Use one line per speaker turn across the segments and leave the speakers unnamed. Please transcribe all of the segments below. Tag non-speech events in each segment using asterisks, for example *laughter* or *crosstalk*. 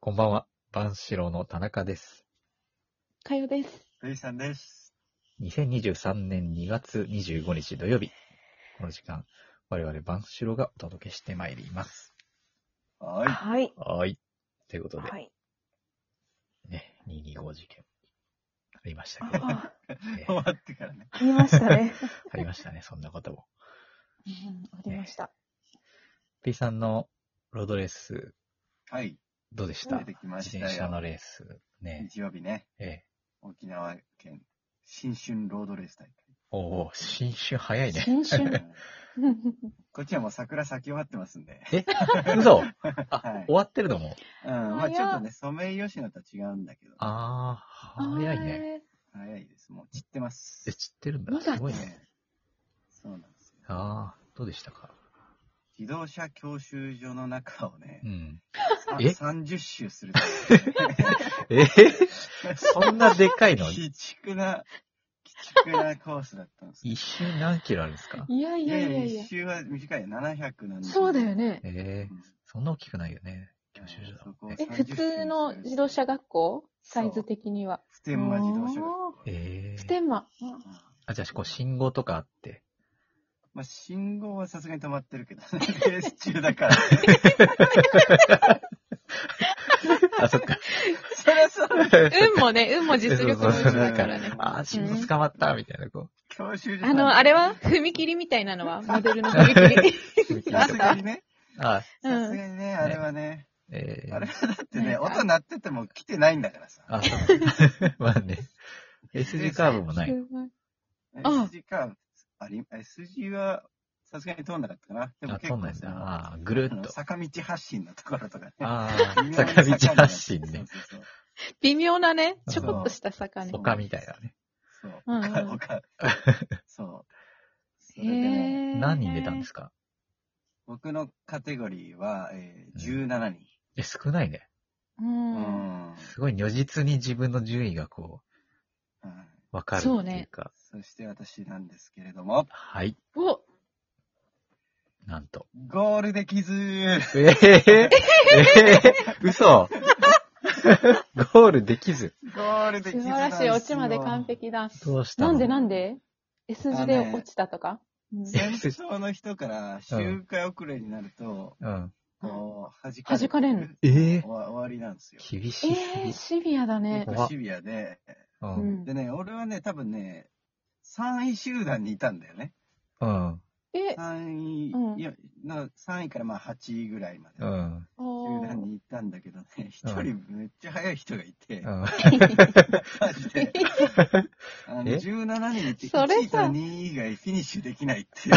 こんばんは。万四郎の田中です。
かよです。
ルイさんです。
2023年2月25日土曜日。この時間、我々万四郎がお届けしてまいります。
は
はい。
はい。ということで、
はい。
ね、225事件。ありました
*laughs*
けど、ね、
あ、
い。終わってからね。
ありましたね。
ありましたね、そんなことも。
うん、ありました。
P さんのロードレース、
はい。
どうでした
出てきま
自
した
転車の
よ。
レース。ね、
日曜日ね。
ええ。
沖縄県新春ロードレース大
おお、新春早いね。
新
会。 *laughs*
春。
こっちはもう桜咲き終わってますんで。
え嘘あ、
はい
終わってるのも。
うん。まあ
早っ
ちょっとね、ソメイヨシノとは違うんだけど、
あー、早いね。
ね。
早いです。もう散ってます
え、。散ってるんだ。
まだ
すごいね。
ねそうなんですよ。
あー、どうでしたか
自動車教習所の中をね
う、ん。
さ
え
30周するというね。
え *laughs* そんなでか
*laughs*
いの
鬼畜な、鬼畜なコースだったんですよ
一周何キロあるんですか
いやい
い
や
や
い
い
や
や、
いや
一。周は短いよ。700なん
そうだよね。
ね。
ええ
うん
そんな大きくないよね。教習所だもんね
そ
え、
こ。
普通の自動車学校サイズ的には。
普天間自動車学校。
ええ
ステンマ。
うん
あ、じゃあ、こう、信号とかあ
*laughs*
って。
まあ、信号はさすがに止まってるけどね。レース中
*laughs*
だから。
あ、そっか。
そりゃそうだ。
運もね、運も実力のうちだからね。
*laughs* あー、信号捕まった、みたいな、こ
教習所
あの、あれは踏切みたいなのはモデルの踏切。
う。
さすがにね。
あ、
う
さす
ん。
がにね、あれはね。
ええ
あれはだってね、
なんか
音鳴ってても来てないんだからさ。
あ、そう。 *laughs* まあね。S 字カーブもない。
すごいあ
S 字か、あり、S 字はさすがに通んなかったかな。でも
あ、
結
飛ん
構
ないん
そ
だ。
の
あー、ぐる
あ
っ
の
と。
坂道発進のところとかね。
ああ、
微妙に
坂道
坂になって
発進ね。
そうそうそう
*laughs* 微妙なね、ちょこっとした坂ね。
丘みたいなね。 *laughs*
そう。
うんうん
他、他。そう。それでね、
へー
何人出たんですか
僕のカテゴリーは、えー
う
17人。
え、少ないね。
う。
うんん。
すごい如実に自分の順位がこ
はい。
う、わかるって
そう
いう
ね
か。
そして私なんですけれども、
はい。
お、
なんと。
ゴールできず
ええええ嘘ゴールできず。
ゴールでき
素
ず
晴
なん
ら
です
しい。
よ
オチまで完璧だ。
どうしたの
なんでなんで ?S 字で落ちたとか、うん
先頭の人から周回遅れになると、
うん。
こう、弾かれ
弾かれん
ええ
終わ終わりなんですよ。
厳し
え
いすぎ
ー、シビアだね
結。構シビアで。
う。
うんん
で、ね、俺はね、多分ね、3位集団にいたんだよね。
うん。
え、
3位、
うん
いやな3位からまあ8位ぐらいまで。
うん。
お
集団
ー
に行ったんだけどね、一
うん
人めっちゃ速い人がいて、
うん。
マ
*laughs*
ジで、あの、
え
17人いて、
それ
1位と
さ
2位以外フィニッシュできないっていう。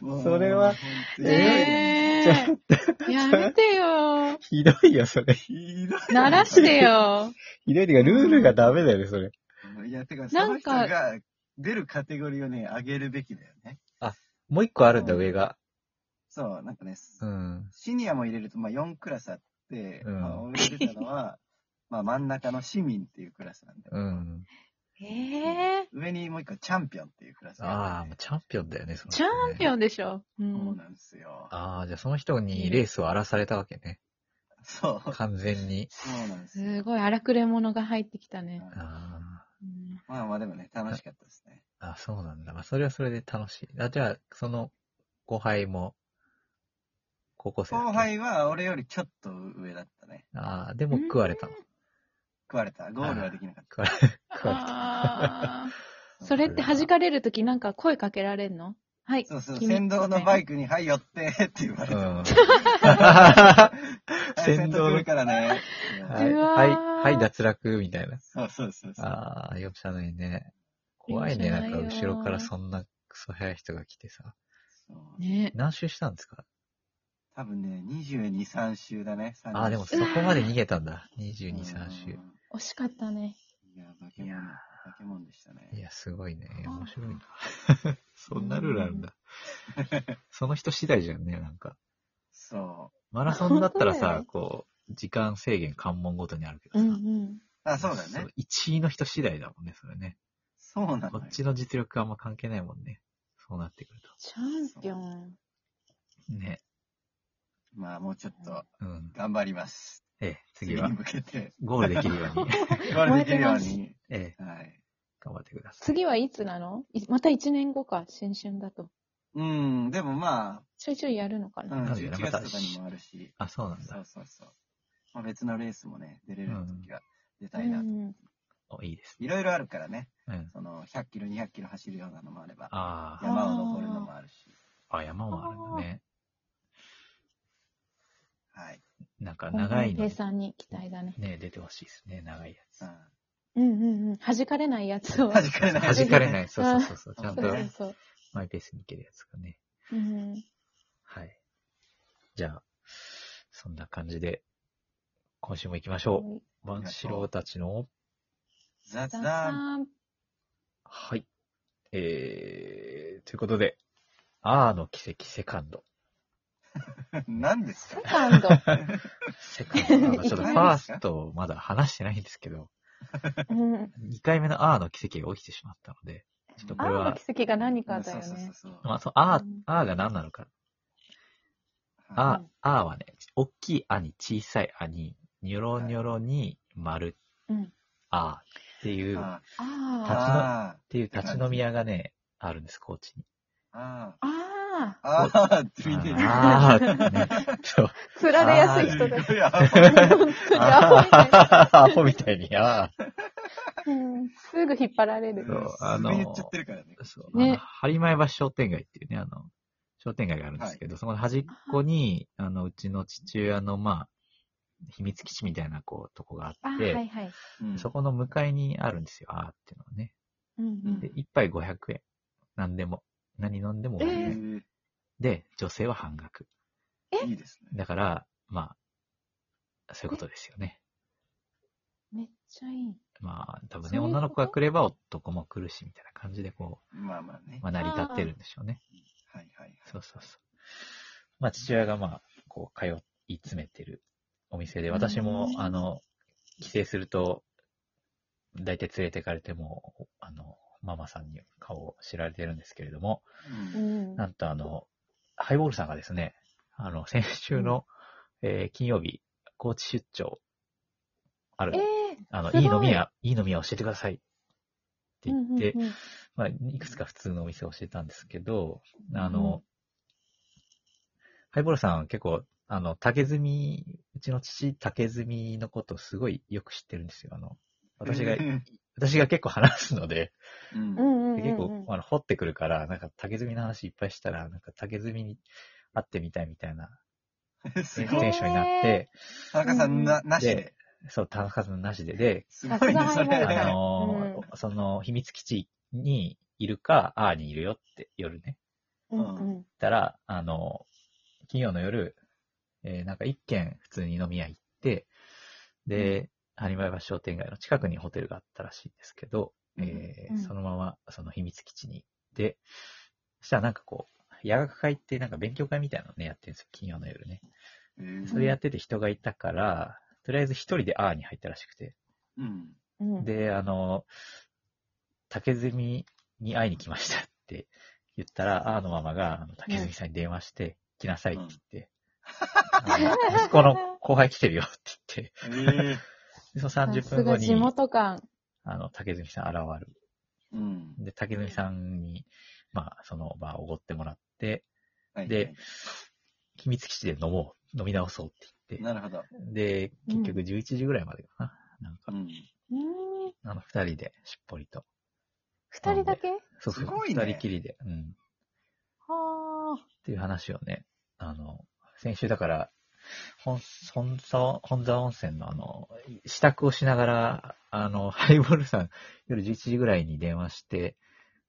もう
それは、
本当に
ねえ。やめてよ。
ひどいよ、それ。
ひどい
鳴らしてよ。
ひどいっていうか、ルールがダメだよね、それ。
いや、てか、そ
な
の
ん
人
か
が出るカテゴリーをね、上げるべきだよね。
もう一個あるんだ、上が。
そう、なんかね、
うん。
シニアも入れると、まあ4クラスあって、
うん
まあ、俺が出たのは、 *laughs* まあ真ん中の市民っていうクラスなんだよ。
うん。
ええ
上にもう一個チャンピオンっていうクラスが
ああ、
っ
も
て
うチャンピオンだよね、その
チ
人
ャ
ね
ンピオンでしょ。う。
そうんなんですよ。
ああ、じゃあその人にレースを荒らされたわけね。
そう。
完全に。
そうなんですよ。
すごい荒くれ者が入ってきたね。
あ
うん
まあまあでもね、楽しかったですね。
あ、あそうなんだ。まあ、それはそれで楽しい。あ、じゃあ、その、後輩も、高校生だっけ
後輩は俺よりちょっと上だったね。
ああ、でも食われたの。
食われた。ゴールはできなかっ
食われ、食われた。
あ
た。
ーそれって弾かれるときなんか声かけられんのはい。
そうそう、
君
先導のバイクに、はい、寄って、って言われ
う
た。
ん。
はい
*laughs* 先導
先導
の
来るからね。
は
う
い、
わー
はい、はい、脱落、みたいな。
そうそうそうそう。
ああ、容赦ないね。怖いね、
容
な
赦なんい
か
よ
後ろからそんなクソ早い人が来てさ。
そう
ね。
何周したんですか
多分ね、22、3周だね。30
ああ、でもそこまで逃げたんだ。22、3周。
惜しかったね。
いや、化け
いや
物、
ー
化け物でしたね。
いや、すごいね。
あ
面白いな。 *laughs* そんなルールあるんだ。 *laughs* その人次第じゃんね、なんか。
そう。
マラソンだったら
本当だ
さ
よ、
こう、時間制限関門ごとにあるけど
う
さ。
んうん。
あ、そうだね。
1位の人次第だもんね、それね。
そうなのよ。
こっちの実力あんま関係ないもんね。そうなってくると。
チャンピオン。
ね。
まあ、もうちょっと
うん。
頑張ります。
ええ、次は
に向
*laughs*
けて、
ゴールできるよ
*laughs*
うに、
言われてるように。
ええ、
はい。
頑張ってください。
次はいつなのいまた1年後か、新春だと。
うん、でもま
ちょいちょいやるのか
あ、う
な、
ん、
なんで
11
ね
月とかにもあるし、
あ、そうなん
そ
だ
う。そうそう。まあ、別のレースもね、出れる時は出たいなと。
ん、
おいいですね。
いろいろあるからね、
うん。
その100キロ、200キロ走るようなのもあれば、
あ
山を登るのもあるし、
あ、あ、山もあるんだね。
はい。
なんか長いの
平
に
さんに期待だね。
ね、出てほしいですね、長いや
う
つ。
ん
うんうんうん。弾かれないやつを。
弾かれない。
*laughs* 弾かれ
い。
ない。そうそうそう
*laughs*
そう。ちゃ
そ
ん
う
と
そうそう。
マイペースにいけるやつがね。
うん、
はい。じゃあ、そんな感じで、今週も行きましょう。
りがとう
万志郎たちの、
ザ
ザ
ザ
ザ
ン。
ン
はい。えー、ということで、あーの奇跡セカンド。
何です
セ
か
カンド。
セカンド。なんかちょっと
い
ファー
き
なりですか
ストまだ話してないんですけど、 *laughs*
うん。
2回目のあーの奇跡が起きてしまったので、ちょっとこ
ア
れ
ー
は
の奇跡が何かだよ
そうそうそ
ね
う。そう。
まあ、そのあー
うん、
あーが何なのか。
は
あー、あーはね、大きいあに小さいあに、ニョロニョロに丸、
うん。
あーってい
い、
う、っ
あ
立ち
あ
の
あ
ていう立ち飲み屋がね、あるんです、高知に。
あ、あ
あ。ああ。
あ、ああって見てる。
あーってね。そう。 *laughs*
釣られやすい
す
人だ。
ごいアホ
本当にア
*laughs*
ホみたいな
アホみたいに、あ
うんすぐ引っ張られる。
そうあの
すぐ言っちゃってるからね
あ。。そう。
ね
あの、針前橋商店街っていうね、あの、商店街があるんですけど、そこの端っこに、あの、うちの父親の、まあ、秘密基地みたいな、こう、とこがあ
あ、は
って、
いはい。
うん
そこの向かいにあるんですよ、あーっていうのはね。
うんうん
で、一杯500円。何でも。何飲んでも500
へ
円、
ー
で、女性は半額。
いいですね。
だから、まあ、そういうことですよね。
めっちゃいい。
まあ、多分
そ
ね、
ういうこと
女の子が来れば男も来るし、みたいな感じで、こ
まあまあね
う、。まあ、成り立ってるんでしょうね。
はいはい
そうそうそう。まあ、父親がまあ、こう、通い詰めてるお店で、私も
う、ん
あの、帰省すると、大体連れてかれても、あの、ママさんに顔を知られてるんですけれども、
う
はい。うん
ん。
なんとあの、ハイボールさんがですね、あの、先週の、えー金曜日、高知出張、ある
え、
あの、
すご
い
い
い飲み屋、いい飲み屋教えてくださいって
え。う
言
ん
っ
うん
て、
うん
まあ、いくつか普通のお店を教えたんですけど、あの、
うん
ハイボールさんは結構、あの、竹積み、うちの父、竹積みのことをすごいよく知ってるんですよ。あの、私が
う、ん
私が結構話すので、
う。んうん
で
う
結
ん。
構、あの、掘ってくるから、なんか竹積みの話いっぱいしたら、なんか竹積みに会ってみたいみたいな
*laughs* す
テン
ご
へ
テ
い
ー。
ンションになって、
田中さんな、なし
で
で。
そう、田中さんなしで、で、
すごいね、
さすがハイボ
そ
ール
あ
だ
れ。
のーその、秘密基地にいるか、あーにいるよって、夜ね。
うんうん。
行ったら、あの、金曜の夜、えーなんか一軒普通に飲み屋行って、で、播磨屋橋商店街の近くにホテルがあったらしいんですけど、えー
うん
そのままその秘密基地に行って、そしたらなんかこう、夜学会ってなんか勉強会みたいなのね、やってるんですよ、金曜の夜ね。
うん
それやってて人がいたから、とりあえず一人であーに入ったらしくて、
うん。
うん。
で、あの、竹積みに会いに来ましたって言ったら、あーのママがあの竹積みさんに電話して、来なさいって言って、あの息子の後輩来てるよって言って、
ええ。
でその
さ
30
す
分後
が地
に、
元感。
あの、竹積みさん現る。
うん。
で、竹積みさんに、まあ、その、まあ、おごってもらって、
はい
で、秘密基地で飲もう、飲み直そうって言って、
なるほど。
で、結局11時ぐらいまでかな。なんか、
うん。
うん。
あの、二人でしっぽりと。
二人だけ
そうそう、
すごいね
二人きりで。うん。
はあ。
っていう話をね、あの、先週だから、本、本沢、本沢温泉のあの、支度をしながら、あの、 *laughs* ハイボールさん、夜11時ぐらいに電話して、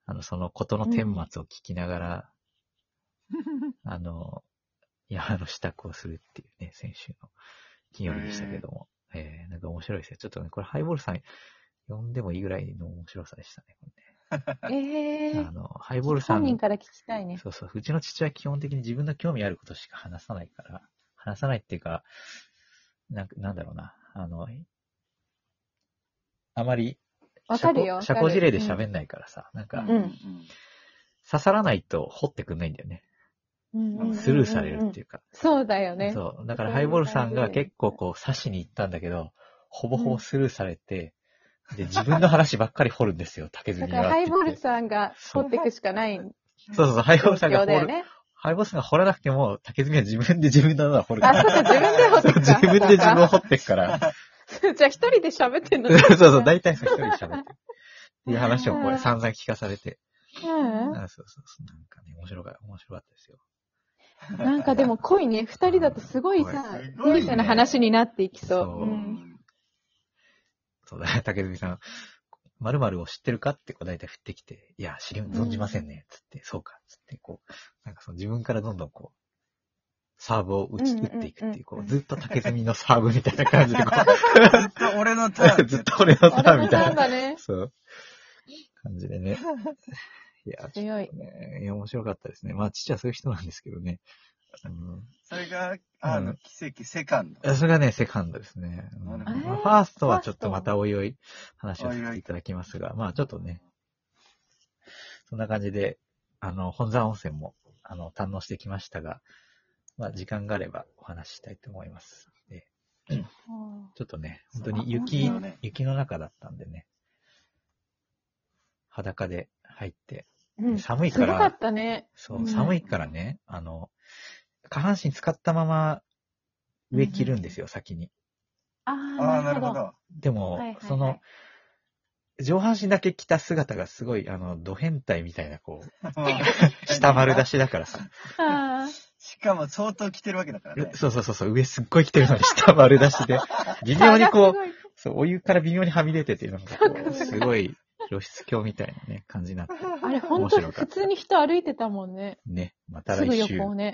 あの、そのことの顛末を聞きながら、
*laughs*
あの、山の支度をするっていうね、先週の金曜日でしたけども、えー、なんか面白いですよ。ちょっとね、これハイボールさん、呼んでもいいぐらいの面白さでしたね。こ
え
れね
え
あ。の、ハイボールさん
本人から聞きたいね。
そうそう。うちの父は基本的に自分の興味あることしか話さないから、話さないっていうか、なんかなんだろうな。あの、あまり、
わかるよ。
社交社交辞令で
わかる
喋んないからさ、なんか、
うん
ん。
刺さらないと掘ってくんないんだよね。
うんうん
スルーされるってい
いう。
うか。
そうだよね。
そう。だからハイボールさんが結構こう刺しに行ったんだけど、ほぼほぼスルーされ
*laughs*
て、で、自分の話ばっかり掘るんですよ、竹
だ
積
か
には。
らハイボール
ん。
さんが掘っていくしかない
そうそうそう、ハイボー
状
ルさんが
況
掘
だよ
る。
ね。
ハイボールさんが掘らなくても、竹積は自分で自分の穴を掘るか
あ、そ
ら。
うか、自分で掘ってく
自
か。
分で自分を掘ってくから。
*laughs* 分。じゃあ一人で喋ってんの
*laughs* そうそう、大体そう一人で喋って。っていう話をこ
う
れ
ん
散々聞かされて。
うん
あそうそうそう。なんかね、面白か面白かったですよ。
なんかでも濃いね。二人だとすごいさ
うん、濃い
小さな話になっていきそ
そ
う。
う
うん
そうだ *laughs* ね、竹住さん。〇〇を知ってるかってこう大体振ってきて、いや、知り、存じませんね、つって、そうか、つって、こう、なんかその自分からどんどんこう、サーブを打ち、
うんうん
打
うんうん
っていくっていう、こう、ずっと竹住のサーブみたいな感じで、
*laughs*
こ
ずっと俺のター
う、*laughs*
ン。
ずっと俺のサーブみた
ない
な、
んだね。
そう、感じで
*laughs*
ね。いや、ちょ
強い
っ。とね、いや、面白かったですね。まあ、父はそういう人なんですけどね。うん
それが、あ
う
の
ん、
奇跡、セカンド。
それがね、セカンドですね。う
なるほ
ん
ど
まあファーストはちょっと
ファー
ま
スト
たおいおい話をさせていただきますが、まあちょっとね、そんな感じで、あの、本山温泉も、あの、堪能してきましたが、まあ時間があればお話ししたいと思います。でちょっとね、本当に
そう
雪
だ
ね、
雪の中だったんでね、裸で入って、
うん
寒い
す
か、
ごからったね。
そうう、
ん
寒いからね、あの、下半身使ったまま上着るんですよ、先に。
あ
ああ、
あ、
な
なる
るほ
ほど。
ど。
でも、
はいはいはい
その、上半身だけ着た姿がすごい、あの、ド変態みたいな、こう、下丸出
し。
しだからさ。
あー
しかも相当着てるわけだからね。
そうそうそうそう、上すっごい着てるの
*laughs*
に下丸出しで、微妙にこう、
すごい
そう、お湯から微妙にはみ出てて、なんかこ
そう *laughs*
う、
か
すごい露出鏡みたいなね、感じになって、
あれ、本当
面白
に
かった
普通に人歩いてたもんね。
ね、また
す
来
ぐ
週
横をね。